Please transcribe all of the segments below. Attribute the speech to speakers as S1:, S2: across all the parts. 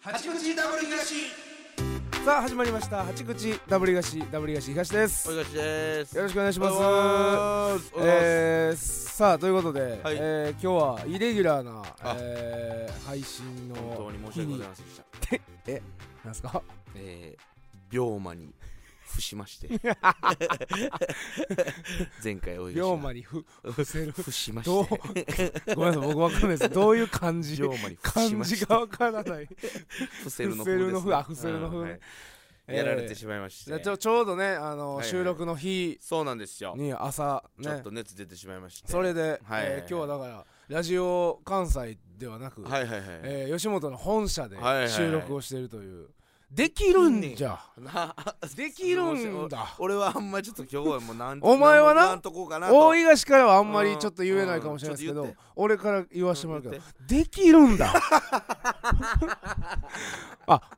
S1: 八口ダブル東
S2: さあ始まりました八口ダブリガシダブリガシ東です
S1: おいがしです
S2: よろしくお願いし
S1: お
S2: ます
S1: はようございます
S2: えー、さあということで、
S1: はい
S2: えー今日はイレギュラーな、
S1: あ
S2: えー、配信の
S1: 本当に申し訳ございませんでした
S2: なんですか
S1: えー、病魔に伏しまして 前回おいがし
S2: 龍
S1: が
S2: 馬にふ伏せる
S1: 伏しま
S2: どう
S1: して
S2: ごめんなさい僕わかんないですどういう感じ
S1: 病魔に伏し
S2: 感
S1: ま
S2: じ
S1: して
S2: がわからない
S1: 伏せるの
S2: 伏せるの
S1: です
S2: 風あ伏せるの風
S1: うんはい やられてしまいまして、
S2: えーじゃあちょちょうどねあの、
S1: はいはい
S2: 収録の日
S1: そうなんですよ、
S2: に朝
S1: ちょ
S2: ね
S1: っと熱出てしまいまして
S2: それで、
S1: はいはいはい
S2: えー今日はだからラジオ関西ではなく、
S1: はいはいはい、
S2: えー吉本の本社で
S1: はいはいはい
S2: 収録をしているという、できるんじゃ
S1: な
S2: できるんだ
S1: 俺はあんまりちょっと今日はもうなん
S2: お前はなん
S1: とこうかなと
S2: 大東からはあんまりちょっと言えないかもしれないですけ
S1: う
S2: ど
S1: んちょっと
S2: 俺から言わせてもらうけど
S1: うん
S2: できる んだあ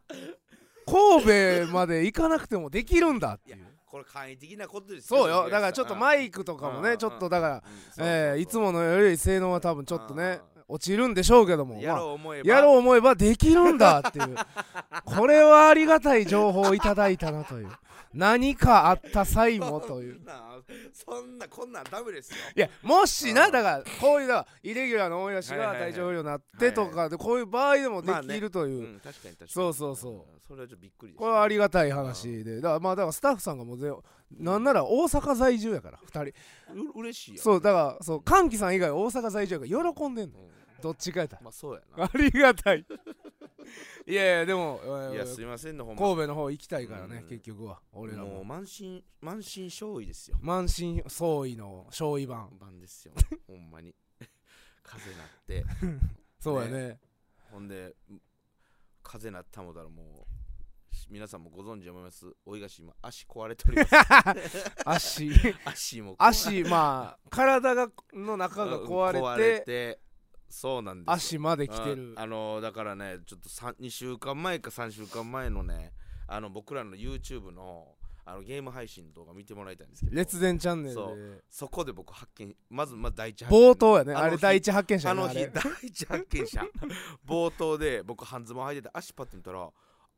S2: 神戸まで行かなくてもできるんだっていう
S1: これ簡易的なことです
S2: そうよだからちょっと
S1: 前、
S2: マイクとかも
S1: うんう
S2: ね
S1: ん
S2: ちょっとだから
S1: うんそうそうそう
S2: えーいつものより性能は多分ちょっとね
S1: う
S2: 落ちるんでしょうけども
S1: や
S2: まあ
S1: ろう思えば
S2: やろう思えばできるんだっていう これはありがたい情報をいただいたなという何かあった際もという
S1: なあそんなこんなんダメですよ
S2: いやもしな
S1: うん
S2: だからこういうだからイレギュラーの大し
S1: はいは
S2: が
S1: いはい
S2: 体調不良になってとかでこういう場合でもできるといううん
S1: 確かに確かに
S2: そうそうそ
S1: うんそれはちょっとびっくりです
S2: これはありがたい話でだからまあだからスタッフさんがもうぜなんなら大阪在住やから2人
S1: う嬉しいよ
S2: そうだからそう歓喜さん以外大阪在住やから喜んでんの
S1: うん
S2: どっちかやったら
S1: まあそうや な
S2: ありがたいいやいやでもえー
S1: いやすいませんのほんま
S2: 神戸の方行きたいからね
S1: うん
S2: 結局は俺ら
S1: も
S2: も
S1: う満身満身創痍ですよ
S2: 満身創痍の焼夷版
S1: 晩ですよほんまに 風なって
S2: そうやね
S1: ほんで風なったもだらもうし皆さんもご存知思いますおいがし今足壊れております
S2: 足
S1: 足も壊れ
S2: 足まあ体がの中が壊れて,、
S1: てそうなんですよ
S2: 足まで来てる
S1: ああのだからねちょっと2週間前か3週間前のねあの僕らの YouTube のあのゲーム配信の動画見てもらいたいんですけど
S2: 列伝チャンネルで
S1: そうそこで僕発見まずまず第一発見
S2: 冒頭やね
S1: あの
S2: あ
S1: 日
S2: れ第一発見者や
S1: あ
S2: ね
S1: の
S2: あ
S1: 日
S2: れ
S1: 第一発 見者冒頭で僕半ズボン履いてて足パッて見たら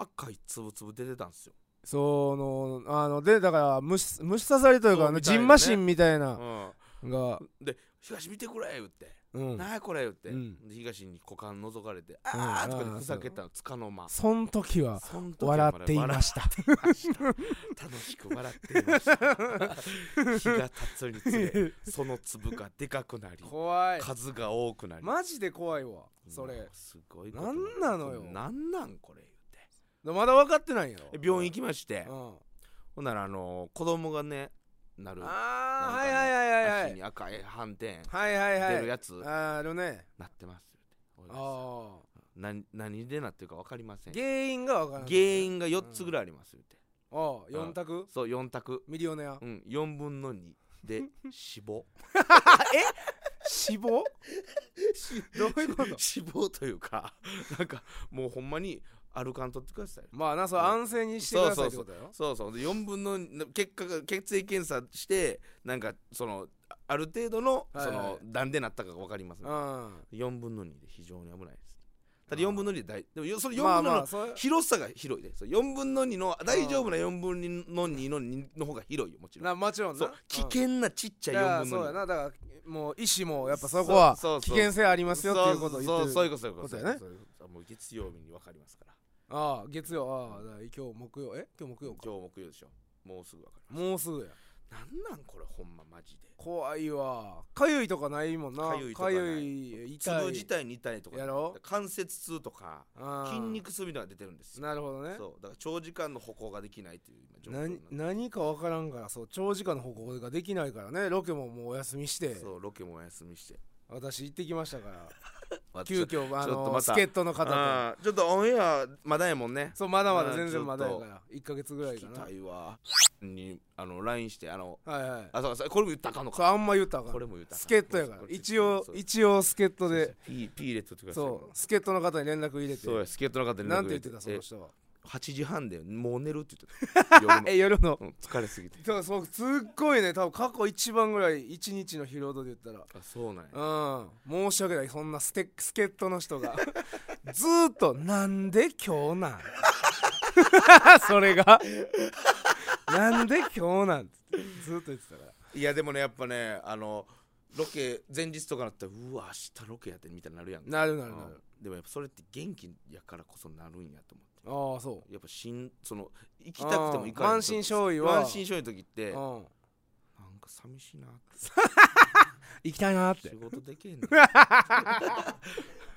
S1: 赤いつぶつぶ出てたんですよ、
S2: そのあのでだから虫虫刺されというか
S1: そう
S2: あの
S1: みたい
S2: ジ
S1: なね
S2: ンマシンみたいな
S1: うん、
S2: が、
S1: で東見てくれ言って、
S2: うん、
S1: なんやこれ言って、
S2: うん
S1: で東に股間覗かれて、あーとかでふざけたのつかの間
S2: そん時は
S1: そん時は
S2: 笑っていました
S1: 笑っていました楽しく笑っていました日が経つにつれ その粒がでかくなり
S2: 怖
S1: 数が多くなり
S2: マジで怖いわそ
S1: も
S2: れ
S1: うすごいこと
S2: なんなのよ
S1: なんなんこれ言
S2: まだ分かってないよ
S1: うて病院行きまして、
S2: うん
S1: ほんならあの子供がねなる
S2: ああ、
S1: なんか
S2: は
S1: ね
S2: いはいはいはい
S1: 足に赤い斑点
S2: はいはいはい
S1: 出るやつ
S2: あーあるね
S1: なってます言うて
S2: あ
S1: 何何でなってるか分かりませ
S2: あ
S1: ん
S2: 原因がわからない
S1: 原因が4つぐらいあります言うて、
S2: ああ4択
S1: そう4択
S2: ミリオネア
S1: うん、4分の2で 死亡
S2: 死 亡どういうこと
S1: 死亡というか なんかもうほんまに歩かんとってください
S2: まあなそれ安静にしてくださいってことだよ
S1: そうそうで4分の2結果が血液検査してなんかそのあある程度の
S2: はい
S1: そ
S2: はい
S1: の、何でなったかが分かります、
S2: う
S1: ね
S2: ん
S1: 4分の2で非常に危ないですただ
S2: あー
S1: 4分の2で大でもよそれ4
S2: まあ
S1: 分の2
S2: ま
S1: の
S2: あそれ
S1: 広さが広いで、そう4分の2の大丈夫な4分の2の2の方が広いよもちろん
S2: なもちろんな
S1: そう危険なちっち
S2: じゃ
S1: ゃい
S2: あ
S1: 4
S2: そうや
S1: 分の
S2: な
S1: 2
S2: だからもう医師もやっぱそこは
S1: そうそう
S2: 危
S1: そう
S2: 険性ありますよっていうことを言って
S1: そう
S2: る
S1: そうそういうことそういう
S2: こ
S1: こと
S2: とやね
S1: そういうこともう月曜日に分かりますから
S2: ああ月曜ああだから今日木曜え今日木曜
S1: 今日
S2: か
S1: 木曜でしょもうすぐ分かる
S2: もうすぐや
S1: なんなんこれほんまマジで
S2: 怖いわかゆいとかないもんな
S1: 痒いとか
S2: か
S1: ない
S2: ゆい痛い
S1: 粒自体に痛いとか
S2: やろ
S1: 関節痛とか
S2: ああ
S1: 筋肉痛みたいなのが出てるんですよ
S2: なるほどね
S1: そうだから長時間の歩行ができないっていう今状況
S2: 何何か分からんからそう長時間の報告ができないからねロケももうお休みして
S1: そうロケもお休みして
S2: 私行ってきました から
S1: ち
S2: 急
S1: ょっと
S2: 遽あ
S1: ちょっとま
S2: の
S1: た
S2: 助っ人の方
S1: あーちょっとオンエアまだやもんね
S2: とそうまだま
S1: あ
S2: だ
S1: ー
S2: 全
S1: ちょっ
S2: 然
S1: と
S2: まだやから1か月ぐら
S1: 聞
S2: い
S1: き
S2: か
S1: た
S2: ない
S1: わにあの LINE してあの
S2: はいはい
S1: あそうそうこれも言ったらあかんの
S2: そ
S1: か
S2: れあんま言ったらあ
S1: こ
S2: か
S1: れ
S2: ん
S1: も言ったらあかん
S2: 助っ人やから
S1: これ
S2: 一応
S1: そうそう
S2: 一応助っ人で
S1: ピーピー入れとってください
S2: そう助っ人の方に連絡入れて
S1: そうや、スケートの方に
S2: な
S1: 連
S2: ん
S1: 絡
S2: て言
S1: 入
S2: って
S1: れ
S2: たその人は
S1: 8時半でもう寝るって言 ってた夜の
S3: え夜の
S1: うん疲れすぎて
S2: だからそうすっごいね多分過去一番ぐらい一日の疲労度で言ったら
S1: あそうなんや
S2: うん申し訳ないそんなステ助っ人の人がずーっと「なんで今日なん それが「なんで今日なん」ってずーっと言ってたから
S1: いやでもねやっぱねあのロケ前日とかなったらうわ明日ロケやってみたいになるやんか
S2: なるなるな
S1: う
S2: る
S1: んでもやっぱそれって元気やからこそなるんやと思って
S2: ああそう
S1: やっぱしんその行きたくて
S2: あ
S1: も行か
S2: ー
S1: ない
S2: 満身創痍は
S1: 満身創痍の時ってなん
S2: うん
S1: か寂しいなって
S3: 行きたいなって
S1: 仕事できへ んなあ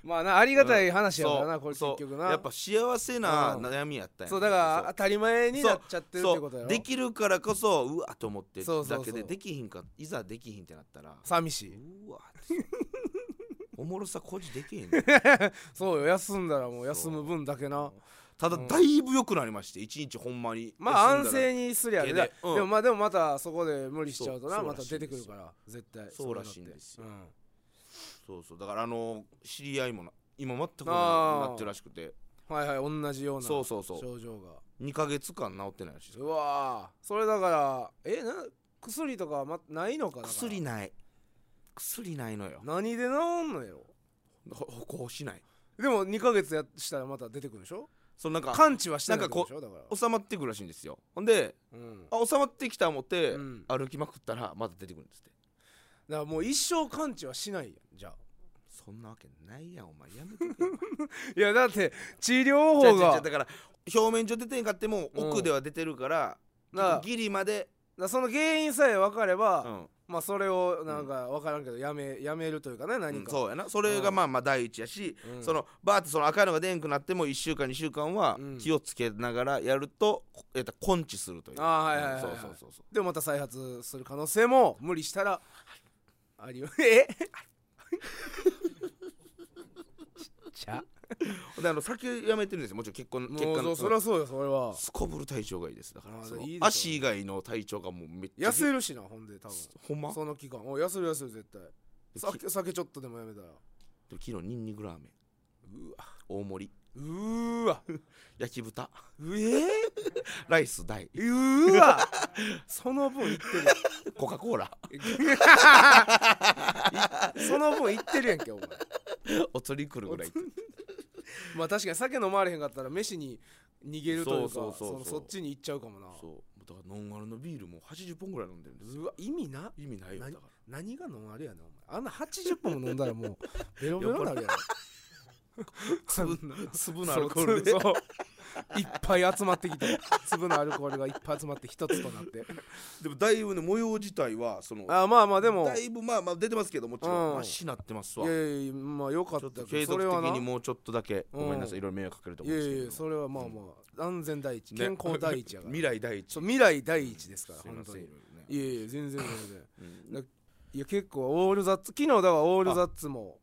S2: まあなありがたい話やからな、これ結局な
S1: やっぱ幸せな
S2: うん
S1: 悩みやったんや
S2: そうだから当たり前になっちゃってるっ
S1: そ
S2: てことや
S1: う
S2: ろ
S1: できるからこそうわと思ってだけで
S2: そうそうそう
S1: できひんかいざできひんってなったら
S2: 寂し いう
S1: わって そうおもろさ誇示できへんねん
S2: そうよ休んだらもう休む分だけな
S1: ただだいぶ良くなりまして一日ほんまに
S2: まあ安
S1: 休んだら
S2: 静にすりゃね
S1: 家で
S2: で,、
S1: うん
S2: もまあでもまたそこで無理しちゃうとな
S1: そうそう
S2: ま
S1: ら
S2: た
S1: しい
S2: 出
S1: んで
S2: て
S1: す
S2: く
S1: よ
S2: るから絶対
S1: そうらしいんですよ
S2: うのって
S1: そうそうだからあの知り合いもな今全く
S2: あー
S1: なってるらしくて
S2: うん、はいはい同じような
S1: そうそうそう
S2: 症状が
S1: 2ヶ月間治ってないらしいです
S2: うわーそれだからえな薬とかはまないのかな
S1: 薬ない薬ないのよ
S2: 何で治んのよ
S1: ほ歩行しない
S2: でも2ヶ月やしたらまた出てくるでしょ
S1: そのなんか
S2: 完治はしてないってことでしょだから
S1: 収まってくるらしいんですよほんで
S2: うん、だか
S1: あ収まってきた思って、
S2: うん
S1: 歩きまくったらまた出てくるんですって
S2: らもう一生完治はしないやんじゃあ
S1: そんなわけないやんお前やめ てくれ
S2: いやだって治療
S1: 違う
S2: 法
S1: 違う違
S2: が
S1: うだから表面上出てんかっても
S2: うん
S1: 奥では出てるから、
S2: だから
S1: ギリまで、
S2: だからその原因さえ分かれば、
S1: うん
S2: まあそれをなんか分からんけどやめやめるというかね
S1: う
S2: 何
S1: ん
S2: か、
S1: そうやなそれがまあまあ第一やし、
S2: うん
S1: そのバーってその赤いのが出んくなっても1週間2週間は
S2: うん
S1: 気をつけながらやると、こえっと根治するという
S2: あーはいはいはいはい
S1: うんそうそうそうそう
S2: でもまた再発する可能性も無理したらありよえ
S3: ちゃ
S1: であの酒やめてるんですよもちろん結婚結
S2: もう
S1: 果
S2: そ
S1: の
S2: そりゃそうよそれは
S1: すこぶる体調がいいですだか
S2: あー
S1: らその
S2: いいでしょうね
S1: 足以外の体調がもうめっちゃ
S2: 痩せるしなほんで多分
S1: ほんま
S2: その期間お痩せる痩せる絶対
S1: き
S2: 酒酒ちょっとでもやめ たら
S1: 昨日ニンニクラーメン大盛り
S2: うーわ
S1: 焼き豚
S2: えー、
S1: ライス大
S2: うーわその分いってる
S1: コカ・コ ーラ
S2: その分いってるやんけお前
S1: お釣り来るぐらいって
S2: まあ確かに酒飲まれへんかったら飯に逃げるというか
S1: そうそうそう
S2: そ
S1: そう
S2: のそっちに行っちゃうかもな
S1: そうだからノンアルのビールも80本ぐらい飲んでるんですよ
S2: うわ意味な
S1: 意味ないよだ
S2: 何
S1: から
S2: 何がノンアルやねんお前あんな80本も飲んだらもう ベロベロになるやん
S1: 粒
S2: そんな
S1: 粒のアルコールで
S2: そうそうそういっぱい集まってきて粒のアルコールがいっぱい集まって一つとなって
S1: でもだいぶね模様自体はその
S2: あまあまあでも
S1: だいぶまあまあ出てますけどもちろん、
S2: うん
S1: マシになってます
S2: い
S1: わ
S2: や
S1: ち
S2: いやまあよかっ
S1: ょ
S2: た
S1: っと
S2: け
S1: 継
S2: どそ
S1: 続
S2: れはな
S1: 的
S2: い
S1: にもうちょっとだけ
S2: うん
S1: ごめんなさいいろいろ迷惑かけると思
S2: や
S1: うんですけど
S2: いやそれはまあまあ安全第一
S1: ね
S2: 健康第一やから
S1: 未来第一
S2: そう未来第一ですから
S1: すい
S2: 本
S1: ま
S2: 当
S1: せん
S2: に
S1: ね
S2: いやいや全 然全然
S1: うん
S2: いや結構オールザッツ昨日だからオールザッツも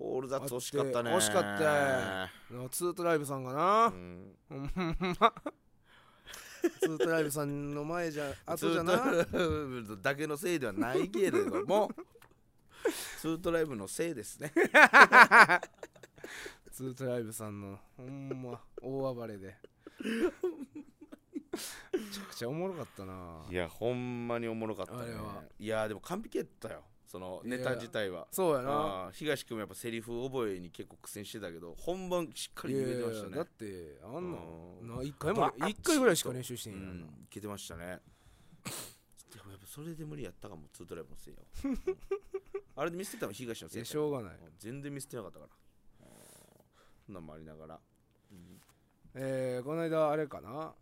S1: オールザッツ惜しかったね
S2: 惜しかったのツートライブさんがな、
S1: うん
S2: ツートライブさんの前じ ゃ
S1: あ
S2: 後じゃ な
S1: だけのせいではないけれども ツートライブのせいですね
S2: ツートライブさんのほんま大暴れでめちゃくちゃおもろかったない
S1: やほんまにおもろかったね
S2: あれはい
S1: やでも完璧やったよそのネタ自体は
S2: そうやな
S1: あー東君もやっぱセリフ覚えに結構苦戦してたけど本番しっか
S2: い
S1: り
S2: やい
S1: 見
S2: や
S1: れ
S2: いや
S1: てましたね
S2: だってあんな
S1: うん
S2: な一回も
S1: バ
S2: 一回ぐらいしか練習して
S1: うん
S2: やんなん
S1: いけてま したねでもやっぱそれで無理やったかもツートライブのせいよあれで見せてたの東の
S2: い
S1: せい
S2: や
S1: や
S2: しょうがない
S1: 全然見せてなかったからそんなんもありながら
S2: えーこの間あれかな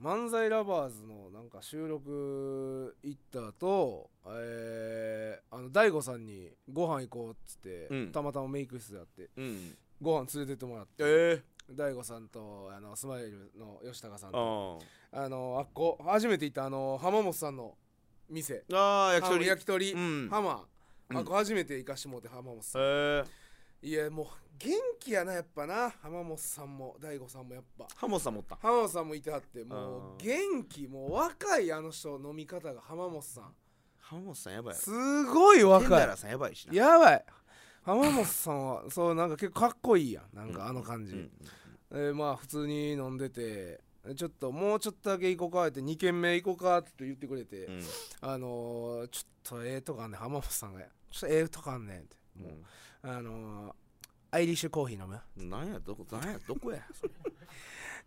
S2: 漫才ラバーズのなんか収録行った後、えー、あの大悟さんにご飯行こうっつって、
S1: うん
S2: たまたまメイク室であって
S1: うん
S2: ご飯連れてってもらって
S1: え
S2: 大悟さんとあのスマイルの吉高さんと
S1: あ
S2: あのあっこ初めて行ったあの浜本さんの店
S1: ーあー焼き
S2: あの
S1: 鳥
S2: 焼き鳥、
S1: うん
S2: 浜、
S1: うん
S2: あっこ初めて行かしてもうて浜本さん
S1: えー
S2: いやもう元気やなやっぱな浜本さんも大悟さんもやっぱ
S1: ハモさん持った
S2: 浜本さんもいてはっても
S1: あ
S2: う
S1: ー
S2: 元気もう若いあの人飲み方が浜本さん
S1: ハモさんやばいやろ
S2: すごい
S1: テンダ
S2: 若
S1: ラーさんやばいし
S2: い
S1: な
S2: やばい浜本さんはそうなんか結構かっこいいやんなんかあの感じ、
S1: うん
S2: えーまあ普通に飲んでてちょっともうちょっとだけ行こうかって2軒目行こうかって言ってくれて、
S1: うん
S2: あのーちょっとええとかあんねん浜本さんが「ちょっとええとかあんねん」ってもう、あのーアイリッシュコーヒー飲む
S1: うん、なんやどこなんやどこや それ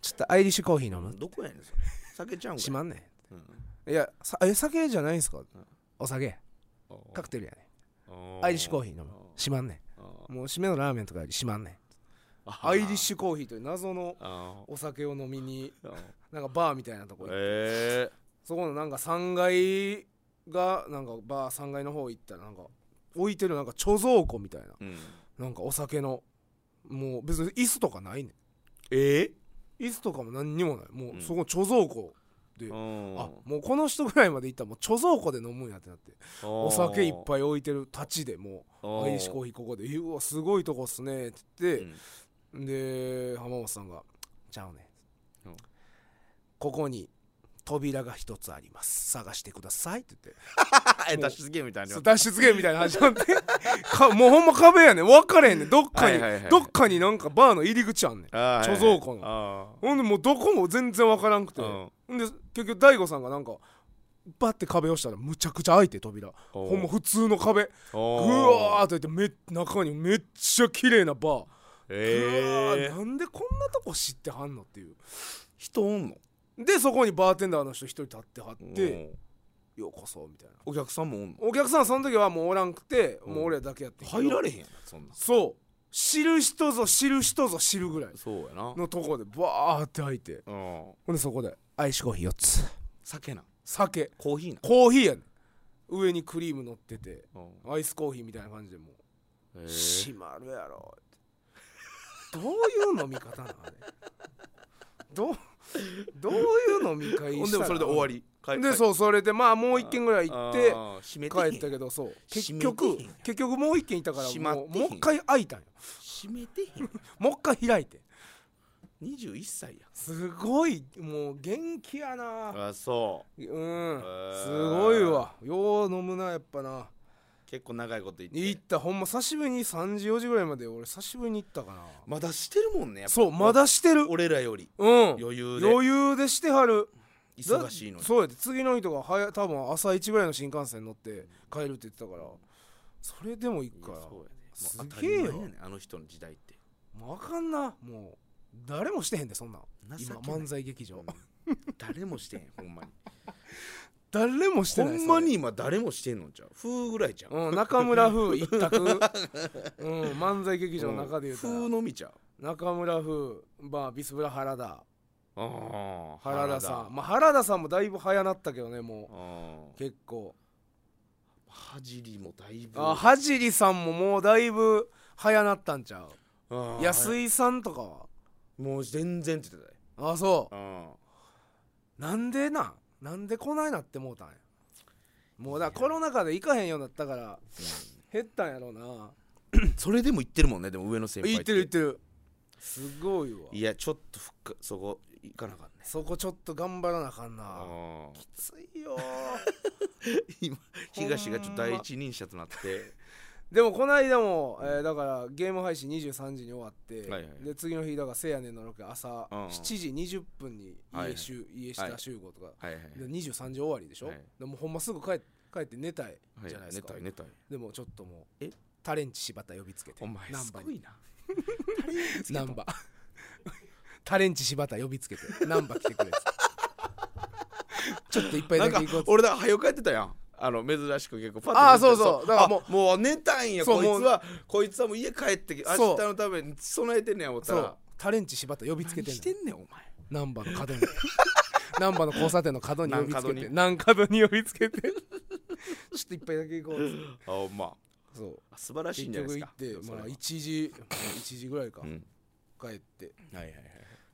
S2: ちょっとアイリッシュコーヒー飲む
S1: どこやねんそれ酒ちゃうんかい
S2: しまんね
S1: うん
S2: んいやさえ酒じゃないんすか、
S1: ん
S2: お酒
S1: お
S2: カクテルやね
S1: お
S2: んアイリッシュコーヒー飲む
S1: お
S2: しまんね
S1: お
S2: んもう締めのラーメンとかよりしまんねん
S1: あ
S2: アイリッシュコーヒーという謎の
S1: あ
S2: お酒を飲みに
S1: ー
S2: なんかバーみたいなとこ行って
S1: え
S2: そこのなんか3階がなんかバー3階の方行ったらなんか置いてるなんか貯蔵庫みたいな
S1: えうん
S2: なんかお酒のもう別に椅子とかないね
S1: え
S2: ん椅子とかも何にもないも
S1: うん
S2: うそこ貯蔵庫、
S1: え
S2: あもうこの人ぐらいまで行ったらもう貯蔵庫で飲むんやってなってお酒いっぱい置いてるたちでもうアイリッシュコーヒーここで「うわすごいとこっすね」って言って、で浜本さんが「ちゃうね、
S1: うん
S2: ここに扉が一つあります探してください」って言って
S1: え脱出ゲームみたいな
S2: そう
S1: のあり
S2: 脱出ゲームみたいな始まって かもうほんま壁やねん分かれへんねんどっかに、
S1: はいはいはい
S2: どっかになんかバーの入り口あんねん
S1: ましたあー
S2: 貯蔵庫の
S1: の
S2: ほんでもうどこも全然分からんくて、ほんで結局大悟さんがなんかバッて壁押したらむちゃくちゃ開いて扉ほんま普通の壁
S1: う
S2: ぐ
S1: わ
S2: わーって言ってめ中にめっちゃ綺麗なバー
S1: え
S2: うわーなんでこんなとこ知ってはんのっていう
S1: 人おんの
S2: でそこにバーテンダーの人一人立ってはって「ようこそ」みたいな
S1: お客さんもおんの
S2: お客さんその時はもうおらんくて、もう俺らだけやってんけど
S1: 入られへんやんそんな
S2: そう知る人ぞ知る人ぞ知るぐらい
S1: そうやな
S2: のとこでバーって開いて
S1: うん
S2: ほんでそこでアイスコーヒー4つ
S1: 酒な
S2: 酒
S1: コーヒーな
S2: コーヒーやねん上にクリーム乗ってて
S1: うん
S2: アイスコーヒーみたいな感じでもう
S1: へえ
S2: 閉まるやろってどういう飲み方なのあれどうどういう飲み会
S1: ほん
S2: した
S1: でも
S2: ら
S1: それで終わり帰
S2: でそうそれでまあもう一軒ぐらい行って
S1: あー閉めて
S2: 帰った
S1: け
S2: けどそう結
S1: 閉めてへん
S2: 局結局もう一軒いたから
S1: 閉まって
S2: も
S1: へん
S2: うもう一回開いたんよ
S1: 閉めてへん
S2: もう一回開いて
S1: 21歳や
S2: すごいもう元気やな
S1: あそう
S2: うん
S1: ー
S2: すごいわよう飲むなやっぱな
S1: 結構長いこと言って
S2: 行ったほんま久しぶりに3時4時ぐらいまで俺久しぶりに行ったかな
S1: まだしてるもんねやっぱ
S2: そうまだしてる
S1: 俺らより
S2: うん
S1: 余裕で
S2: 余裕でしてはる
S1: 忙しい
S2: だ
S1: のに
S2: そうやって次の日とか早多分朝一ぐらいの新幹線乗って帰るって言ってたからそれでも行
S1: いや
S2: くから
S1: そうやね
S2: す
S1: もう
S2: げえ
S1: 当たり前や
S2: よ
S1: ねあの人の時代って
S2: もうあかんなもう誰もしてへんでそんなん
S1: 情
S2: 今
S1: けない
S2: 漫才劇場
S1: うん誰もしてへんほんまに
S2: 誰もして
S1: ほ
S2: ない
S1: んま
S2: それ
S1: に今誰もしてんのじゃう風ぐらいじゃん
S2: うん中村風 一択うん漫才劇場の中で言うたら
S1: 風のみちゃう
S2: 中村風まあビスブラ原田
S1: ああ
S2: 原田さんまあ原田さんもだいぶ早なったけどねも
S1: あ
S2: う結構
S1: はじりもだいぶ
S2: あはじりさんももうだいぶ早なったんちゃう
S1: ああ
S2: 安井さんとかは
S1: もう全然って言って
S2: あそ
S1: たよ
S2: うなんでなんなんでこないなってもうたんやもうだからコロナ禍で行かへんようになったから減ったんやろうな
S1: うんそれでも言ってるもんねでも上の先輩
S2: 行ってる行ってるすごいわ
S1: いやちょっとふっかそこ行かなあかんね
S2: そこちょっと頑張らなあかんな
S1: ああ
S2: きついよ
S1: 今東がちょっと第一人者となって
S2: でもこの間も、えーだからゲーム配信23時に終わって、
S1: はいはい
S2: で次の日だからせやねんのロケ朝
S1: うんうん
S2: 7時20分に
S1: はいはい
S2: 家,、集家下集合とか、
S1: はいはいはい
S2: で23時終わりでしょ、
S1: はい
S2: でもうほんますぐ帰っ帰って寝たいじゃないですか、
S1: 寝たい寝たい
S2: でもちょっともう
S1: え
S2: タレンチ柴田呼びつけて
S1: お前
S2: ナン
S1: す
S2: バ
S1: ごいな
S2: ナ ンバ タレンチ柴田呼びつけてナンバ来てくれっつって ちょっといっぱい
S1: なん
S2: だけ行
S1: か
S2: こうっつって
S1: 俺だ早帰ってたやんあの珍しく結構パッ
S2: あー
S1: 寝て
S2: そうそうだ
S1: あ
S2: から
S1: も
S2: も
S1: うもう寝たいんや
S2: そ
S1: こ
S2: う
S1: いつ
S2: もう
S1: はこいつはもう家帰ってき
S2: そ
S1: 明
S2: う
S1: 日のために備えてんねや思った
S2: そう
S1: ら
S2: タレンチ柴田呼びつけ
S1: 何
S2: てん
S1: して
S2: の
S1: んねんお前
S2: ナンバの角に ナンバの交差点の角に呼びつけて
S1: 何角に呼びつ けて
S2: ちょっといっぱいだけ行こうっつって
S1: あほんま
S2: そう
S1: あ素晴らしい
S2: 結
S1: んじゃない
S2: 局
S1: です
S2: 行
S1: か
S2: って
S1: それ
S2: まあ
S1: は
S2: 1時1時ぐらいか
S1: うん
S2: 帰って
S1: はいはいはい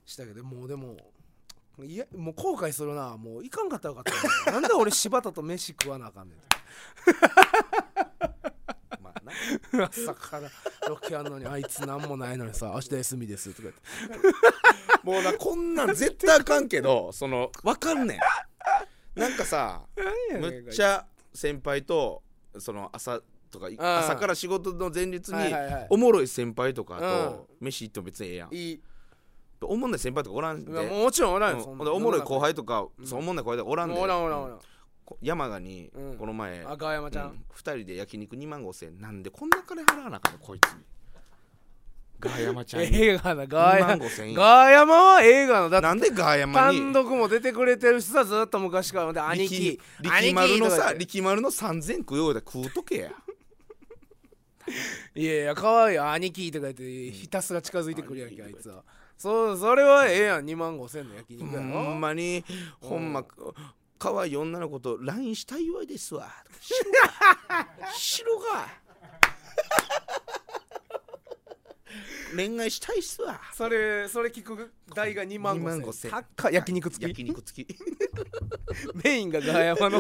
S2: したけどもうでもいやもう後悔するなもういかんかったらよかったななんで俺柴田と飯食わなあかんねん
S1: まあな
S2: 朝からロケあんのにあいつ何もないのにさ明日休みですとか言って
S1: もうなこんなん絶対あかんけどそのわかんねんなん かさむっち
S2: ゃ
S1: ゃ先輩とその朝とかい
S2: あー
S1: 朝から仕事の前日に
S2: はいはいはい
S1: おもろい先輩とか
S2: うん
S1: と飯行っても別にええやん
S2: いい
S1: おもんない先輩とかおらんで
S2: いやもちろんおらんよ、
S1: う
S2: そ
S1: ん
S2: ん
S1: ほ
S2: な
S1: んでおもろい後輩とか、
S2: うん
S1: そうおもんない後輩とかおらんで
S2: おらんおらんおらん
S1: こ山賀に
S2: うん
S1: この前、うん
S2: 赤山ちゃん、
S1: 2人で焼肉2万5000円なんでこんな金払わなあかんのこいつにガーヤマちゃ んに
S2: 映画だガー
S1: 2
S2: ヤ
S1: 万5000円
S2: ガーヤマは映画のだって
S1: なんでガーヤマに
S2: 単独も出てくれてる人はずっと昔からほんで兄貴
S1: 力力丸の
S2: 兄貴とか
S1: さ
S2: 言って
S1: 力丸の3000食うようだ食うとけや
S2: いやいや可愛いよ兄貴とか言ってひたすら近づいてくるやんけあいつはそうそれはええやん2万5千の焼
S1: ほ
S2: 肉やろ
S1: んまにほんま可愛い女の子と LINE したいわいですわ白が白が恋愛したいっすわ
S2: それそれ聞く代が2万
S1: 2万
S2: 5
S1: 5000
S2: 千高い焼肉付き
S1: 焼肉付き
S2: メインがガヤ マの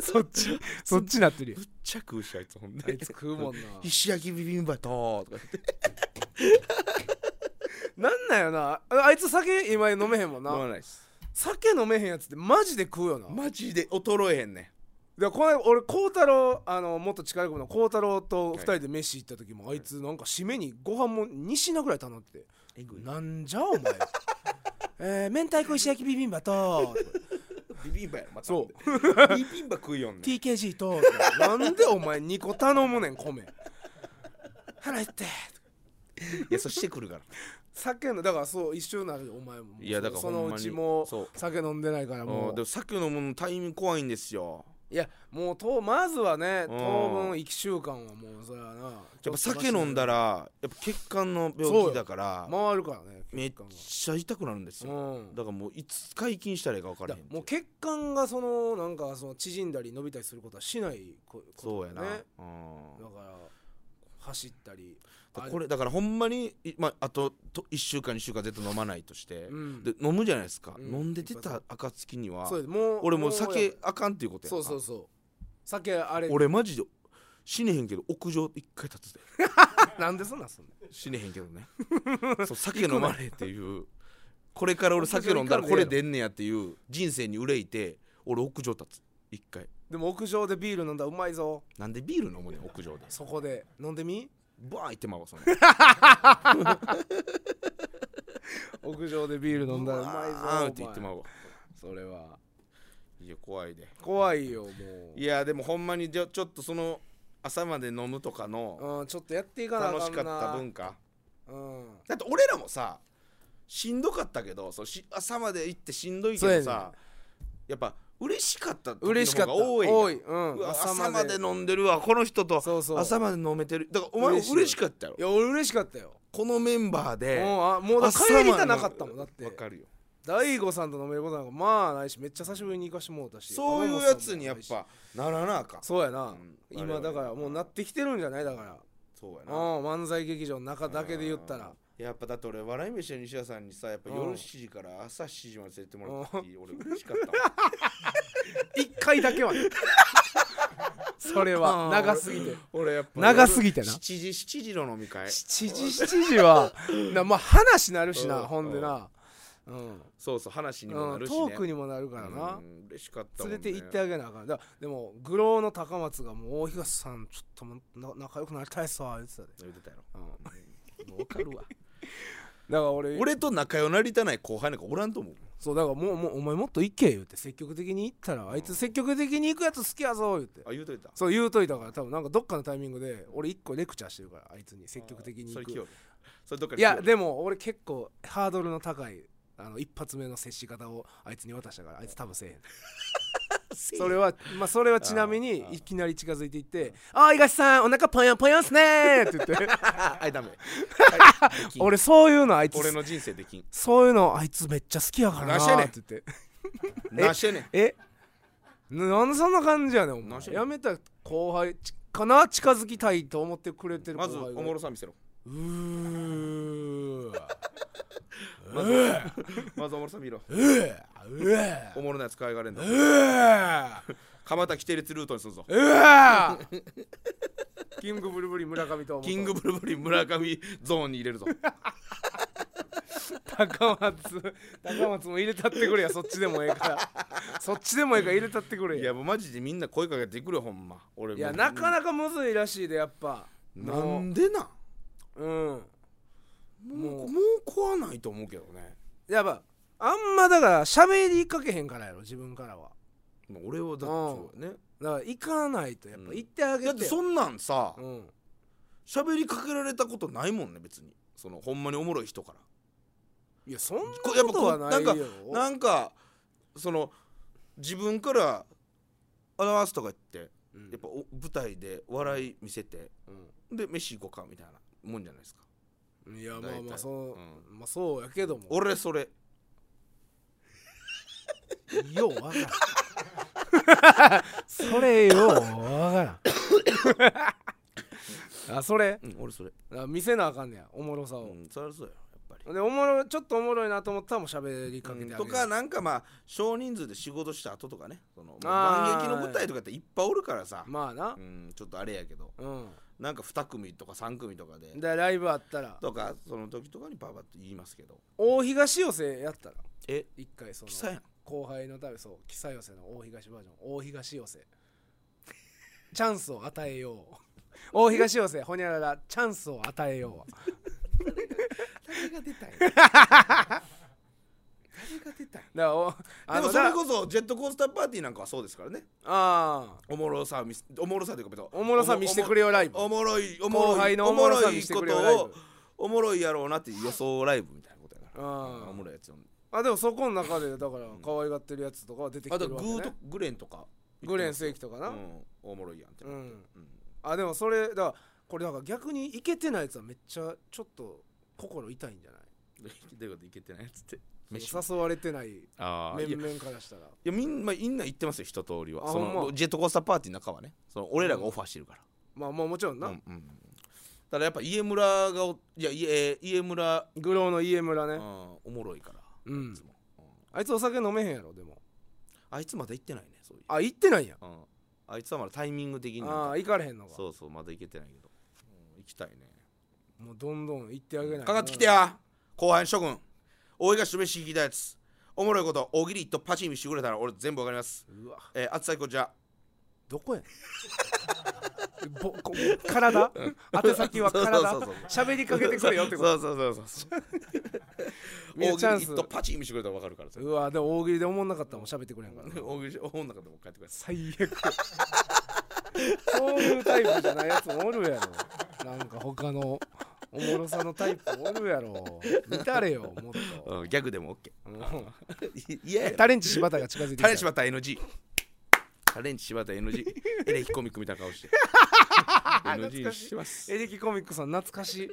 S2: そっちそっちなってるよ
S1: ぶっちゃ食うしあいつほん
S2: あい
S1: で
S2: つ食うもんな
S1: 石焼きビビンバととか言って
S2: なんなんやなああいつ酒今飲めへんもん
S1: 飲ま
S2: な
S1: ないっす
S2: 酒飲めへんやつってマジで食うよな
S1: マジで衰えへんね
S2: でこの間俺孝太郎あの元力部の孝太郎と2人で飯行った時も、あいつなんか締めにご飯も2品ぐらい頼んでて
S1: えぐい
S2: なんじゃ お前えー、明太子石焼きビビンバと
S1: ビビンバやろまた
S2: そう
S1: ビビンバ食うよんね
S2: TKG となんでお前2個頼むねん米腹減って
S1: いやそしてくるから
S2: 酒のだからそう一緒になるよお前も
S1: いやだから
S2: そ
S1: ほん
S2: の
S1: まに
S2: うちも
S1: そう
S2: 酒飲んでないからも
S1: うんで
S2: う
S1: も酒飲むのタイミング怖いんですよ
S2: いやもうとまずはね
S1: うん
S2: 当分1週間はもうそれはな
S1: やっぱ酒飲んだらやっぱ血管の病気だから
S2: 回るからね
S1: めっちゃ痛くなるんです
S2: う
S1: よ
S2: ん
S1: だからもういつ解禁したらいいか分から
S2: だ
S1: へん
S2: もう血管がそのなんかその縮んだり伸びたりすることはしないこ
S1: そうやな、
S2: ね
S1: うん
S2: だから走ったり
S1: だからこれだからほんまに、いまあ、あとと1週間2週間絶対飲まないとして、
S2: うん
S1: で飲むじゃないですか、
S2: うん
S1: 飲んで出た暁には
S2: そうやもう
S1: 俺もう
S2: や
S1: 酒あかんっていうことやん
S2: そう
S1: か
S2: そうそう酒あれ
S1: 俺マジで死ねへんけど屋上一回立つで
S2: なんでそんなんすんの
S1: 死ねへんけど ねそう酒飲まれへんっていうこれから俺酒飲んだらこれ出んねやっていう人生に憂いて俺屋上立つ一回
S2: でも屋上でビール飲んだらうまいぞ
S1: なんでビール飲むねん屋上で
S2: そこで飲んでみ
S1: バーンってまうわその
S2: 屋上でビール飲んだらうまいぞ
S1: バーンって言って
S2: お前
S1: まうわ
S2: それはい
S1: や怖いで
S2: 怖いよも
S1: いやでもほんまにじゃちょっとその朝まで飲むとかの
S2: う、うん、ちょっとやっていかなあ
S1: 楽
S2: か
S1: し
S2: ん
S1: か
S2: な
S1: った文化
S2: うん
S1: だって俺らもさしんどかったけどそうし朝まで行ってしんどいけど
S2: そうやね
S1: さやっぱ嬉しかった時
S2: 嬉しか
S1: の
S2: っ
S1: 方
S2: た
S1: が多いやん
S2: 多い、うん、
S1: うわ朝まで飲んでるわこの人と
S2: そうそう
S1: 朝まで飲めてるだからお前も
S2: 嬉しい
S1: 嬉しかったやろ
S2: いや俺嬉しかったよ
S1: このメンバーで
S2: もうあもうだ
S1: 朝
S2: 帰
S1: まで
S2: りたなかったもんだって
S1: わかるよ
S2: 大悟さんと飲めることなんかまあないしめっちゃ久しぶりに行かしてもうたし
S1: そういうやつにやっぱならなあかん
S2: そうやな、
S1: ん
S2: 今だからもうなってきてるんじゃないだから
S1: そうや
S2: うん
S1: な
S2: 漫才劇場の中だけで言ったら
S1: やっぱだって俺笑い飯の西田さんにさやっぱ夜7時から朝7時まで連れてってもらった時俺嬉しかっ たもん
S2: 一回だけはね それは
S1: うん
S2: 長すぎて
S1: 俺やっぱ
S2: 長すぎてな
S1: 7時7時の飲み会
S2: 7時7時はなまあ話なるしな
S1: うん
S2: ほんでなうん
S1: そうそう話にもな
S2: うん
S1: るし
S2: ト
S1: ね
S2: ークにもなるからな
S1: うん嬉しかったも
S2: 連
S1: ん
S2: れ
S1: ね
S2: て行ってあげなあかんだでも愚弄の高松がもう大東さんちょっともうな仲良くなりたいっすわ言ってたで
S1: 言ってたやろ
S2: うんだか
S1: もうわかる わ
S2: ら俺
S1: 俺と仲良くなりたない後輩なんかおらんと思う
S2: そうだからもうもうお前もっと行け言うて積極的に行ったらあいつ積極的に行くやつ好きやぞ言うて
S1: あ言うといた
S2: そう言うといたから多分なんかどっかのタイミングで俺一個レクチャーしてるからあいつに積極的に行
S1: それ来
S2: く
S1: よるそれどっか
S2: い
S1: で来よ
S2: や
S1: る
S2: でも俺結構ハードルの高いあの一発目の接し方をあいつに渡したからあいつ多分せえへんそれはまあそれはちなみに
S1: あー
S2: いきなり近づいていって「ああ東さんお腹ぽよんぽよんっすねー」って言って
S1: ああいダメできん
S2: 俺そういうのあいつ
S1: 俺の人生できん
S2: そういうのあいつめっちゃ好きやからな
S1: なしやね
S2: ー
S1: ん
S2: って言って
S1: なしてね
S2: えななんでそんな感じやねんお
S1: な
S2: 前
S1: しやねん
S2: やめた後輩ちかな近づきたいと思ってくれてる後
S1: ま
S2: 輩
S1: ず
S2: が
S1: おもろさ見せろ
S2: うーわ
S1: まずまずおもろさ見ろ
S2: うーわうー
S1: おもろなやつ可愛がれんだ
S2: うー
S1: 蒲田キテレツルートにするぞ
S2: うわキングブルブリ村上と
S1: キングブルブリン村上ゾーンに入れるぞ
S2: 高松高松も入れたってくれやそっちでもええからそっちでもええから入れたってくれ
S1: い
S2: や
S1: やもうマジでみんな声かけてくるよほんま俺
S2: いやなか
S1: な
S2: なかむずいらしいでやっぱ
S1: なんでなん
S2: うん
S1: も
S2: も
S1: う
S2: う
S1: もう怖ないと思うけどね
S2: やっぱあんまだから喋りかけへんからやろ自分からは
S1: まあ俺はだってね
S2: だから行かないとやっ
S1: う
S2: ぱ
S1: ん
S2: 行ってあげて
S1: だ
S2: よ、
S1: ってそんなんさ
S2: うん
S1: 喋りかけられたことないもんね別にそのほんまにおもろい人から
S2: いやそんな
S1: こやっ
S2: こ
S1: ぱこと
S2: はないよ
S1: なんかその自分から「あらす」とか言って
S2: うん
S1: やっぱお舞台で笑い見せてで飯行こうかみたいなもんじゃないですか
S2: うんいやまあ
S1: 大
S2: ま
S1: 体
S2: あそう、
S1: う
S2: まあそうやけども
S1: 俺それ
S2: ようわからん
S3: それよわ からんあそれ
S1: うん俺それ
S2: だから見せなあかんねやおもろさ
S1: う
S2: を、
S1: んそりゃそうややっぱり
S2: でおもろちょっとおもろいなと思ったらもう喋りかけてあげる、
S1: とかなんかまあ少人数で仕事した後とかねその
S2: あー
S1: 万劇の舞台とかっていっぱいおるからさ
S2: まあな
S1: うんちょっとあれやけど
S2: うん、
S1: なんか2組とか3組とかで
S2: でライブあったら
S1: とかその時とかにパパッと言いますけど
S2: 大東寄せやったら
S1: え
S2: 一回その
S1: 記載やん
S2: 後輩のためそう記載寄せの大東バージョン大東寄せチャンスを与えよう大東寄せほにゃららチャンスを与えようは
S1: 誰が出たんや誰が出たんや
S2: だからおあ
S1: で
S2: の
S1: もそれ
S2: な
S1: こそジェットコースターパーティーなんかはそうですからね
S2: あ
S1: おもろさを見せおもろさというか別に
S2: あおもろさ見してくれよライブ
S1: おもろいおも
S2: 後
S1: ろい
S2: 輩のお
S1: お
S2: も
S1: も
S2: ろ
S1: ろ
S2: さ見
S1: い
S2: して
S1: こ
S2: くれよ
S1: と
S2: ライブ
S1: をおもろいやろうなっていう予想ライブみたいなことやから
S2: あー
S1: おもろいやつ呼んで
S2: あでもそこの中でだから可愛がってるやつとかは出てき
S1: あ
S2: て
S1: と
S2: る
S1: グ
S2: わけ、ね、
S1: ーとグレンとか
S2: グレン
S1: 正
S2: 正規とかな、
S1: うんおもろいやんってなって
S2: うん
S1: うん
S2: あでもそれだからこれだから逆にいけてないやつはめっちゃちょっと心痛いんじゃない
S1: どういうこといけてないやつって
S2: その誘われてない
S1: ああいや
S2: 面々からしたら
S1: いやみんなみんな行ってますよ一通りは
S2: あ
S1: そ
S2: ほん
S1: の
S2: ま
S1: ジェットコースターパーティーの中はねその俺らがオファーしてるから
S2: まあまあもちろんな、
S1: うんうんただやっぱ家村がおいや家家村
S2: グローの家村
S1: う
S2: ね
S1: んおもろいから
S2: うん
S1: いつもうん
S2: あいつお酒飲めへんやろでも
S1: あいつまだ行ってないねそういう
S2: あ行ってないんや
S1: うんあいつはまだタイミング的になん
S2: あ
S1: か
S2: あ行かれへんのか
S1: そうそうまだ行けてないけどうん行きたいね
S2: もうどんどん行ってあげないと
S1: かかってきてや後輩の諸君大井が示し聞いたやつおもろいこと大喜利とパチン見してくれたら俺全部わかります
S2: うわ
S1: えー、あつさいこちら
S2: どこやねんぼこ体宛先は体
S1: そうそうそう
S2: 喋りかけてくれよってこ
S1: そ
S2: と
S1: う そうそうそう
S2: みんなチャ
S1: 大
S2: ン
S1: 喜
S2: ス
S1: 利とパチン見してくれたらわかるからさ
S2: うわでも大喜利で思んなかったらもう喋ってくれへんからな
S1: 大喜利おもんなかったらもう帰ってくださ
S2: 最悪そういうタイプじゃないやつもおるやろなんか他のおもろさのタイプおるやろ見たれよもっ
S1: いうんギャグでも OK
S2: とうん
S1: いやいや
S2: タレンチ柴田が近づいてき
S1: タ
S2: た
S1: レンチ柴田 NG タレンチ柴田 NG エレヒコミックみたいな顔して NG してます
S2: エレキコミックさん懐かしい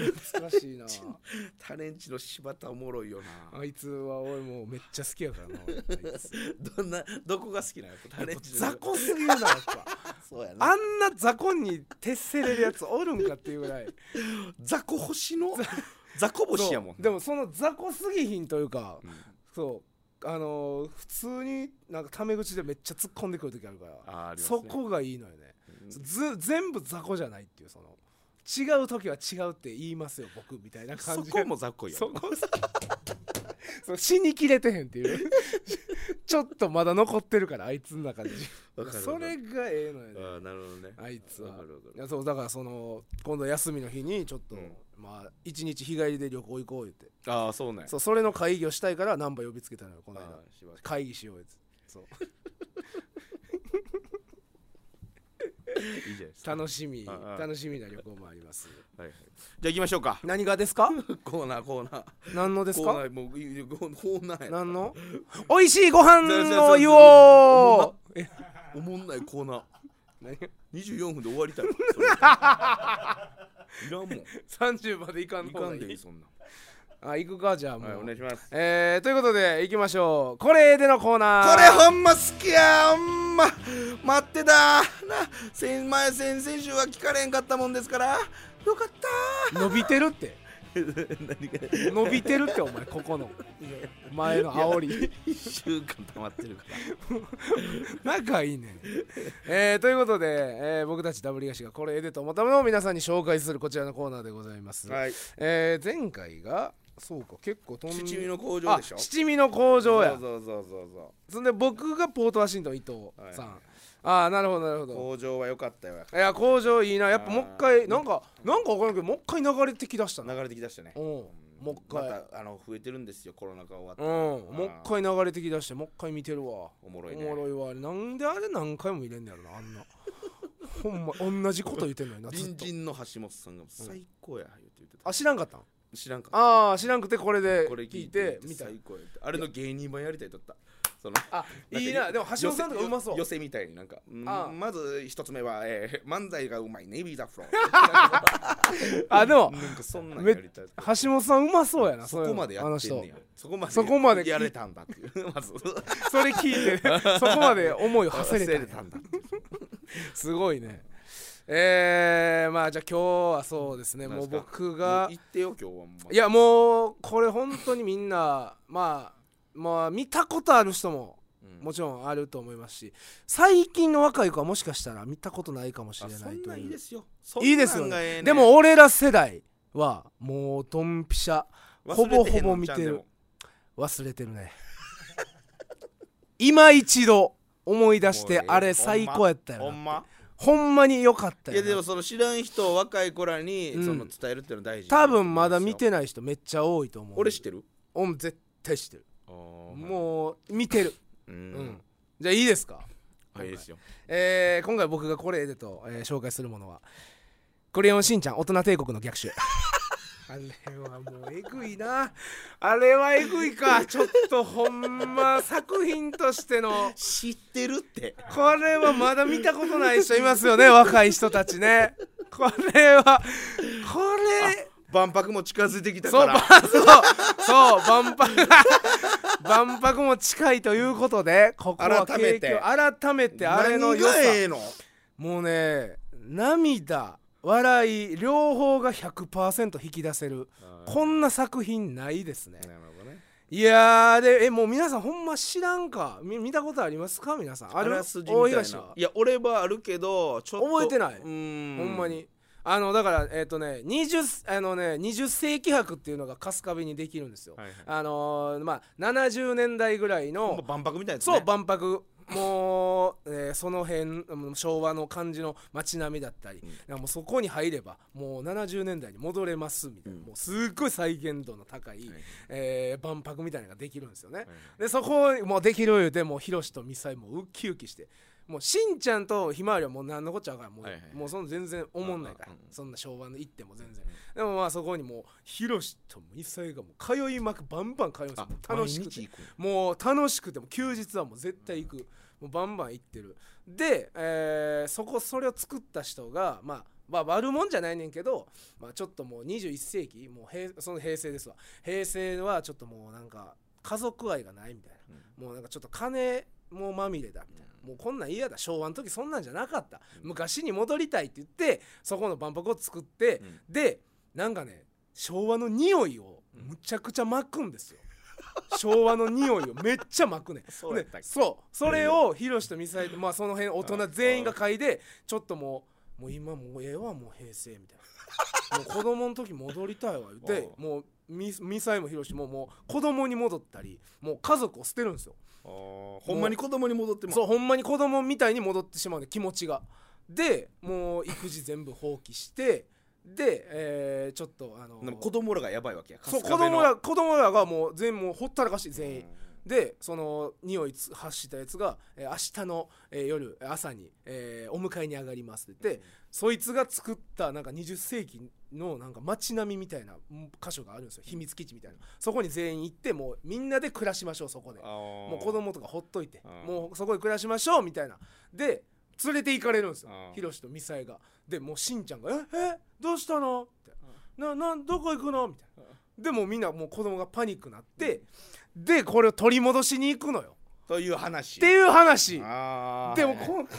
S2: 懐かしいな
S1: タレンチの柴田おもろいよな
S2: あいつは俺もうめっちゃ好きやからな俺あいつ
S1: どんなどこが好きなのタレンチの
S2: 雑魚すぎるなやっぱ
S1: そうやな
S2: あんな雑魚に徹せれるやつおるんかっていうぐらい
S1: 雑魚星の雑魚星やもん
S2: そうでもその雑魚すぎひんというか、
S1: うん
S2: そうあのー普通になんかタメ口でめっちゃ突っ込んでくる時あるから
S1: あーありますね
S2: そこがいいのよね、
S1: うん
S2: ず全部雑魚じゃないっていうその違う時は違うって言いますよ僕みたいな
S1: そ
S2: 感じ
S1: こも雑魚や
S2: そこ そう死にきれてへんっていう ちょっとまだ残ってるからあいつの中で
S1: わかる
S2: それがええのよね
S1: ああなるほどね
S2: あいつは
S1: わかるわかる
S2: いやそうだからその今度休みの日にちょっと、
S1: うん
S2: まあ一日日帰りで旅行行こう言って
S1: ああそうね
S2: そうそれの会議をしたいからナンバー呼びつけたのよこの間
S1: あー柴田
S2: 会議しようやつ そう
S1: いいじゃないですか
S2: 楽しみ
S1: あー
S2: 楽しみな旅行もあります
S1: はいはいじゃあ行きましょうか
S2: 何がです か
S1: コーナーコーナー
S2: 何のです
S1: コーナ
S2: か
S1: ーもういいコーナーや
S2: 何の美味しいご飯を言おうえ
S1: おもんないコーナー
S2: 何が
S1: 24分で終わり たいわそれいらんもん
S2: 30までいかん
S1: い
S2: 方
S1: か
S2: が
S1: ん
S2: い
S1: でい
S2: い
S1: いそんな
S2: あ行くかじゃあも、
S1: はいうお願いします
S2: えーということで行きましょうこれでのコーナー
S1: これほんま好きやほんま待ってたな先前先々週は聞かれんかったもんですからよかった
S2: 伸びてる って
S1: 何が
S2: 伸びてるってお前ここの前の煽り
S1: 1週間溜まってるか
S2: 仲いいね、えーということで、えー僕たちダブリガシがこれでと思ったものを皆さんに紹介するこちらのコーナーでございます、
S1: らはい
S2: えー前回がそうか結構とん
S1: 七味の工場でしょ
S2: あ七味の工場や
S1: そうそうそうそうそう
S2: そんで僕がポートワシントン伊藤さん、
S1: はい
S2: ああなるほどなるほど
S1: 工場は良かったよやか
S2: いや工場いいなやっぱもう一回
S1: あー
S2: なんかなんか分からんけどもう一回流れてきだした
S1: ら
S2: な
S1: 流れてきだしたね
S2: うんもう一回、
S1: またあの増えてるんですよコロナ禍終わって
S2: うんもう一回流れてきだしてもう一回見てるわ
S1: おもろい
S2: お
S1: ね
S2: もろいわあれなんであれ何回も見れんねやろなあんな ほんま同じこと言ってんのよなずっ
S1: 隣
S2: と
S1: 人の橋本さんが最高や言って言ってた
S2: あ知らんかったん
S1: 知らんか
S2: ああ知らんくてこれで
S1: これ
S2: 聞
S1: 聞
S2: い
S1: い
S2: て
S1: て
S2: 見た
S1: 最高やってあれの芸人版やりたいとったその
S2: あいいなでも橋本さんとかうまそう
S1: 寄せ寄せみたいになんかうん
S2: ああ
S1: まず一つ目は、えー漫才がうまいネイビーザフロン
S2: あでも
S1: なんかそんなんやりたい
S2: 橋本さんうまそうやな
S1: そこまでや
S2: あの
S1: ってん
S2: 人
S1: ねやそこまで
S2: そこまで
S1: やれたんだっていう まず
S2: それ聞いて そこまで思いを
S1: 忘
S2: 馳せれ
S1: れ
S2: た
S1: たんだ
S2: すごいねえー、まあじゃあ今日はそうですねもう僕が
S1: 言ってよ今日はもう
S2: いやもうこれ本当にみんなまあまあ見たことある人も
S1: うん
S2: もちろんあると思いますし最近の若い子はもしかしたら見たことないかもし
S1: あ
S2: れ
S1: そ
S2: ない
S1: ん
S2: と
S1: なんいい
S2: い
S1: で
S2: う
S1: すよそん
S2: いいです
S1: な
S2: よ
S1: んがええね
S2: ねでも俺ら世代はもうドンピシャほぼほぼ見て
S1: 忘れへん
S2: る
S1: のち
S2: 忘れてる ね今一度思い出して
S1: もうええ
S2: あれ最高やった
S1: ゃんで
S2: よ
S1: も
S2: な
S1: ほ
S2: ん
S1: ま
S2: ほんまに良かった
S1: いや
S2: よ
S1: で
S2: な
S1: もその知らん人を若い子らに
S2: うん
S1: その伝えるっていうのは大事
S2: 多分まだ見てない人めっちゃ多いと思う
S1: 俺知ってる
S2: うん絶対知ってる
S1: も
S2: もう見てる
S1: うう
S2: うんんじゃあいいですか
S1: あいいですよ
S2: えー今回僕がこれでと、えー紹介するものは「クレヨンしんちゃん大人帝国の逆襲」 あれはもうえぐいなあれはえぐいかちょっとほんま作品としての
S1: 知ってるって
S2: これはまだ見たことない人いますよね若い人たちねこれはこれ
S1: 万博も近づいてきた
S2: そ
S1: か
S2: うば
S1: ら
S2: そうそう万博 万博も近いということでここは
S1: 改めて
S2: 景気を改めてあれの良
S1: 何
S2: さ
S1: がええの
S2: もうね涙笑い両方が100%引き出せるこんな作品ないですね
S1: なるほどね
S2: いやーでえもう皆さんほんま知らんかみ見たことありますか皆さん
S1: あ
S2: ある
S1: らすじみたい
S2: 大東
S1: な
S2: はい
S1: や俺はあるけどちょっと
S2: 覚えてないう
S1: ーん
S2: ほんまにあのだからえっ、とね 20, あのね20世紀博っていうのが春日部にできるんですよ、
S1: はいはい
S2: あのーまあ70年代ぐらい
S1: ほんま
S2: の
S1: 万博みたいなやつね
S2: そう万博もう、えーその辺うん昭和の感じの街並みだったり、
S1: ん
S2: なんかもうそこに入ればもう70年代に戻れますみたいな、
S1: うん
S2: もうすっごい再現度の高い、
S1: はい
S2: えー万博みたいなのができるんですよね、
S1: はいはい
S2: でそこをもうできる言うてもうヒロシとミサイもうウキウキしてもうしんちゃんとひまわりはもう何のこっちゃわからんもう,、
S1: はいはい
S2: もうその全然思んないから、
S1: うんうんうん
S2: そんな昭和の行っても全然、でもまあそこにもうヒロシとミサイがもう通いまくバンバン通うんですよ
S1: あ
S2: もう楽しく
S1: 毎
S2: て
S1: 日行く
S2: もう楽しくても休日はもう絶対行く、もうバンバン行ってるで、えーそこそれを作った人がまあまあ悪もんじゃないねんけど、まあ、ちょっともう21世紀もう平その平成ですわ平成はちょっともうなんか家族愛がないみたいな、もうなんかちょっと金もまみれだみたいな、もうこんなん嫌だ昭和の時そんなんじゃなかった、昔に戻りたいって言ってそこの万博を作って、
S1: うん
S2: でなんかね昭和の匂いをむちゃくちゃ巻くんですよ、昭和の匂いをめっちゃ巻くねん
S1: そうやったっ
S2: で
S1: け
S2: そうそれをヒロシとミサイまあその辺大人全員が嗅いでちょっともうもう今もうええわもう平成みたいなもう子供の時戻りたいわ言うて
S1: う
S2: もうミミサイもヒロシももう子供に戻ったりもう家族を捨てるんですよ
S1: あーほんまに子供に戻っても
S2: そうほんまに子供みたいに戻ってしまうね気持ちがでもう育児全部放棄してで、えーちょっとあの
S1: でも子供らがやばいわけや
S2: そう子
S1: 春日部の
S2: 供ら子供らがもう全員もうほったらかし全員、でその匂いつ発したやつが、えー明日の、えー夜朝に、えーお迎えに上がりますって言って、そいつが作ったなんか20世紀のなんか街並みみたいなうん箇所があるんですよ秘密基地みたいなそこに全員行ってもうみんなで暮らしましょうそこで
S1: も
S2: もう子供とかほっといて
S1: うん
S2: もうそこで暮らしましょうみたいなで連れて行かれるんですよ
S1: うん
S2: ヒロシとミサイがでもうしんちゃんが「ええどうしたの?」ってななどこ行くの?」みたいなでもうみんなもう子供がパニックになってでこれを取り戻しに行くのよ
S1: という話
S2: っていう話
S1: あー
S2: でも
S1: はいはい
S2: この感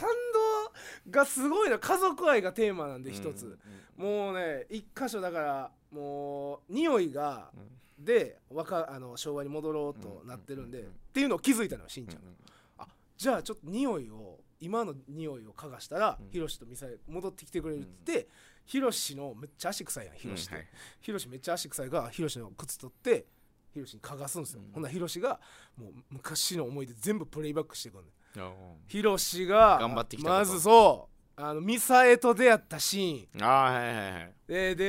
S2: 動がすごいな家族愛がテーマなんで一つ、
S1: うん
S2: もうね一箇所だからもう匂いが、で若あの昭和に戻ろうとなってるんで、
S1: うんうんうんうん
S2: っていうのを気づいたのよしん
S1: う
S2: ち
S1: ん
S2: ゃんが、じゃあちょっと匂いを今の匂いを嗅がしたら、
S1: うん
S2: ヒロシとミサイ戻ってきてくれるって言って、ヒロシのめっちゃ足臭いやんヒロシって、
S1: うんはい
S2: ヒロシめっちゃ足臭いがヒロシの靴取ってヒロシに嗅がすんですよ、
S1: うん
S2: ほんならヒロシがもう昔の思い出全部プレイバックしてくんねんヒロシが
S1: 頑張ってきたこと
S2: まずそうあのミサエと出会ったシーン
S1: ああはいはいはい
S2: でで、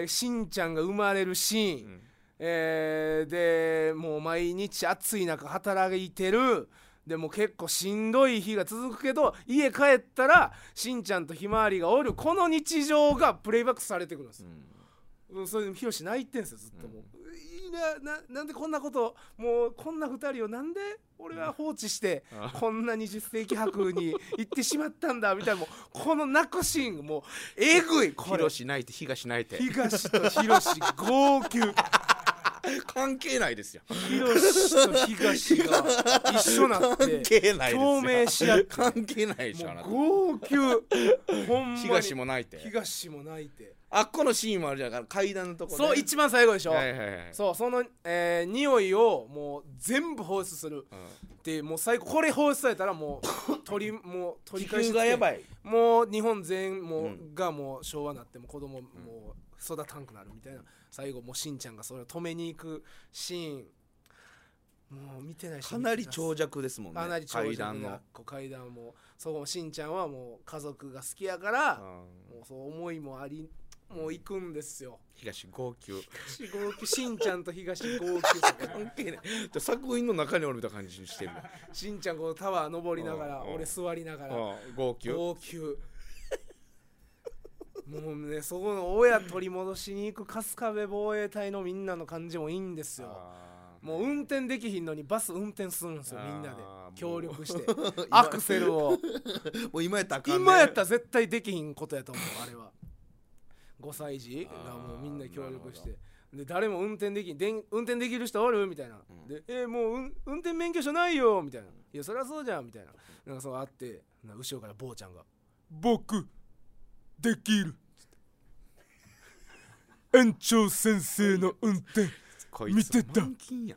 S2: えーしんちゃんが生まれるシーン、
S1: ん
S2: えーでもう毎日暑い中働いてるでもう結構しんどい日が続くけど家帰ったらしんちゃんとひまわりがおるこの日常がプレイバックされてくるんです
S1: う
S2: よ、
S1: ん
S2: うん、それでもヒロシ泣いてんすよずっともう、いいなななんでこんなこともうこんな二人をなんで俺は放置して
S1: あ
S2: こんな20世紀博に行ってしまったんだみたいなもうこの泣くシーンもうえぐいこ
S1: ヒ
S2: れ
S1: ロシ泣いて東泣いて
S2: 東と広ロ号泣
S1: 関係ないですよ
S2: 広ロと東が一緒になっ
S1: 関
S2: て
S1: 係ないですよ
S2: 共鳴し合って
S1: 関係ないでしょあなた
S2: もう号泣ほんまに
S1: 東も泣いて
S2: 東も泣いて
S1: あっこのシーンもあるじゃん階段のとこね
S2: そう一番最後でしょ、
S1: はいはいはい
S2: そうその、えー匂いをもう全部放出する
S1: うん
S2: でもう最後これ放出されたらもう取りもう取り返し
S1: 地
S2: つ
S1: 球
S2: け
S1: がやばい
S2: もう日本全もう、
S1: うん
S2: がもう昭和になっても子供もう育たんくなるみたいな最後もうしんちゃんがそれを止めに行くシーンもう見てないし
S1: かなり長
S2: 長
S1: 尺ですもんね
S2: かなり長
S1: 階
S2: 時
S1: 段
S2: 間
S1: の
S2: の階段もそこもしんちゃんはもう家族が好きやから
S1: うん
S2: もうそう思いもありもう行くんですよ
S1: 東号泣
S2: 東号泣しんちゃんと東号泣とか
S1: 関係ないで作品の中におるみたいな感じにしてる
S2: しんちゃんこのタワー登りながら
S1: うんうん
S2: 俺座りながら
S1: うん号泣
S2: 号泣もうねそこの親取り戻しに行く春日部防衛隊のみんなの感じもいいんですよ
S1: あー
S2: もう運転できひんのにバス運転するんですよみんなで
S1: あーもう
S2: 協力して アクセルを
S1: もう今やったらあかんね
S2: 今やったら絶対できひんことやと思うあれ は5歳児がもうみんな協力してで誰も運転できんでん運転できる人おるみたいな、
S1: ん
S2: でえーもう、うん運転免許証ないよみたいないやそりゃそうじゃんみたいななんかそうあってなんか後ろから坊ちゃんが「僕できる」園長先生の運転
S1: こいつ
S2: 見てた
S1: 満金やん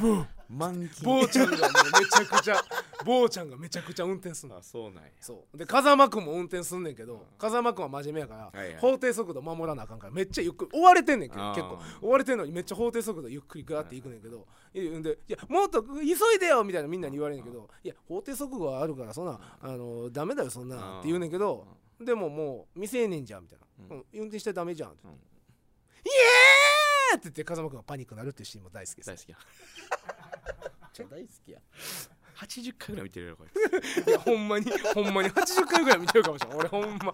S2: 坊
S1: 満 金
S2: 坊ちゃんがもうめちゃくちゃ坊ちゃんがめちゃくちゃ運転すんの
S1: あそうなんや
S2: そうで風間君も運転すんねんけど風間君は真面目やから、
S1: はいはい
S2: 法定速度守らなあかんからめっちゃゆっくり追われてんねんけど
S1: あー
S2: 結構追われてんのにめっちゃ法定速度ゆっくりガーっていくねんけど、いやでいやもっと急いでよみたいなみんなに言われんねんけどいや法定速度はあるからそんなあのダメだよそん
S1: あー
S2: なって言うねんけどでももう未成年じゃんみたいな、
S1: うん
S2: うん運転してダメじゃんって、
S1: うん
S2: イエーって言って風間君がパニックになるっていうシーンも大好きです
S1: 大好きや ちゃ大好きや80回ぐらい見てるよこい
S2: いやほんまにほんまに80回ぐらい見てるかもしれない俺ほんま好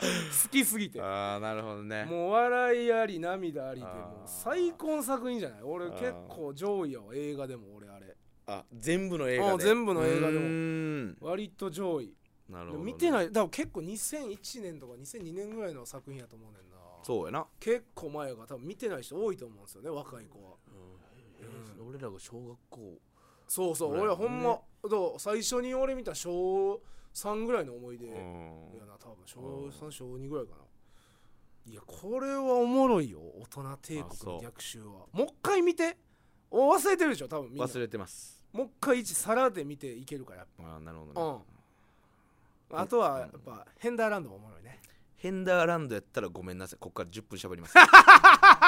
S2: きすぎて
S1: つああなるほどね
S2: もう笑いあり涙ありで
S1: あー
S2: もう最高の作品じゃない俺
S1: あー
S2: 結構上位やわ映画でも俺あれ
S1: あ全部の映画
S2: あ
S1: で
S2: 全部の映画でも
S1: うーん
S2: 割と上位
S1: なる
S2: で
S1: ほど、
S2: も見てないいだから結構2001年とか2002年ぐらいの作品やと思うねんな
S1: そうやな、
S2: 結構前が多分見てない人多いと思うんですよね若い子は
S1: 俺らが小学校
S2: そうそう
S1: ぐらい
S2: 俺はほんまだから最初に俺見た小3ぐらいの思い出
S1: う
S2: や
S1: ん
S2: な多分
S1: う
S2: 小
S1: ん
S2: 3小2ぐらいかないやこれはおもろいよ大人帝
S1: あ
S2: 国
S1: そう
S2: の逆襲はもう一回見てお忘れてるでしょ多分みんな
S1: 忘れてます
S2: もう一回一皿で見ていけるからやっ
S1: あーなるほど
S2: ぱ
S1: ね、
S2: うんあとはやっぱヘンダーランドもおもろいね
S1: ヘンダーランドやったらごめんなさいこっから10分しゃべります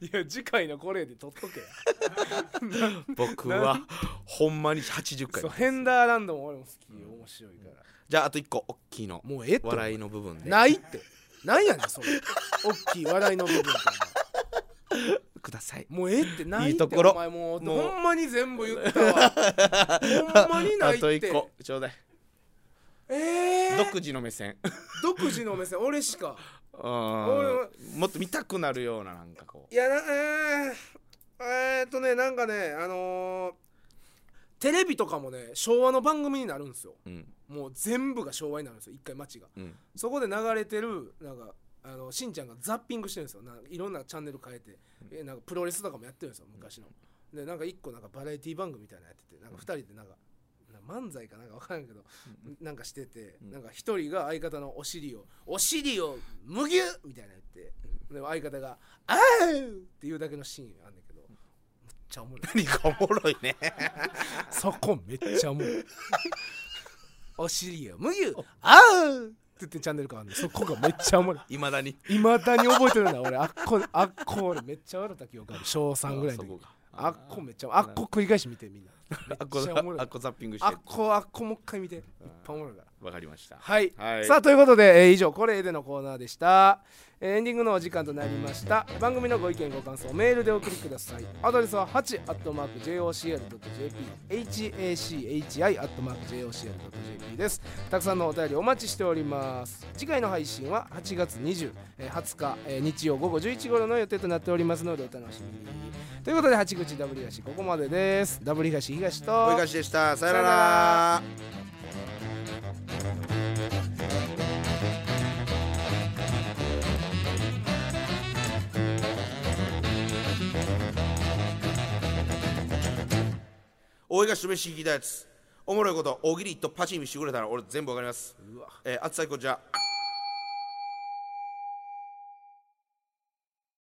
S2: いや次回のこれで撮っとけ
S1: 僕はほんまに80回
S2: そうヘンダーランドも俺も好き面白いから、
S1: じゃああと1個大きいの
S2: もうええって
S1: 笑いの部分で
S2: ないってなんやねんそれおっきい笑いの部分って
S1: ください
S2: もうええってないって
S1: いいところ
S2: お前もう
S1: もう
S2: ほんまに全部言った わほんまにない
S1: あ
S2: っ
S1: と1
S2: て
S1: 個ちょうだい
S2: ええ
S1: 独自の目 線
S2: 独自の目線俺しか
S1: うんもっと見たくなるようななんかこう
S2: いやなえー、えー、っとねなんかねあのーテレビとかもね昭和の番組になるんですよ
S1: うん
S2: もう全部が昭和になるんですよ一回街が
S1: うん
S2: そこで流れてるなんかあのしんちゃんがザッピングしてるんですよなんかいろんなチャンネル変えて、えなんかプロレスとかもやってるんですよ昔の、でなんか一個なんかバラエティ番組みたいなのやっててなんか二人でなんか、なんか漫才かなんか分からんけど、なんかしてて、なんか一人が相方のお尻を「お尻をむぎゅ!」みたいなの言ってで相方が「あー!」っていうだけのシーンあんだけどめっちゃおもろい
S1: 何かおもろいね
S2: そこめっちゃおもろい お尻をむぎゅあー!」って言ってチャンネル変わるんでそこがめっちゃおもろい
S1: いまだに
S2: いまだに覚えてるな俺あっこあっこ俺めっちゃ笑った記憶ある小3ぐらいの
S1: あそこ
S2: 時
S1: か
S2: あっこめっちゃあっこ繰り返し見てみんな
S1: あっこ
S2: めっちゃおもろい
S1: あっこザッピングして
S2: あっこあっこもう一回見ていっぱいおもろいから
S1: わかりました
S2: はい、
S1: はい
S2: さあということで、えー以上「これで」のコーナーでした、えーエンディングのお時間となりました番組のご意見ご感想メールでお送りくださいアドレスは 8-jocr.jphachi-jocr.jp ですたくさんのお便りお待ちしております次回の配信は8月20、えー20日、えー日曜午後11時頃の予定となっておりますのでお楽しみにということで八口ダブル東ここまでですダブル東東と
S1: おいかしでしたさよな
S2: さよな
S1: ら大井がしめし聞いたやつおもろいこと大喜利とパチン見してくれたら俺全部わかりますえー、あつさいこちら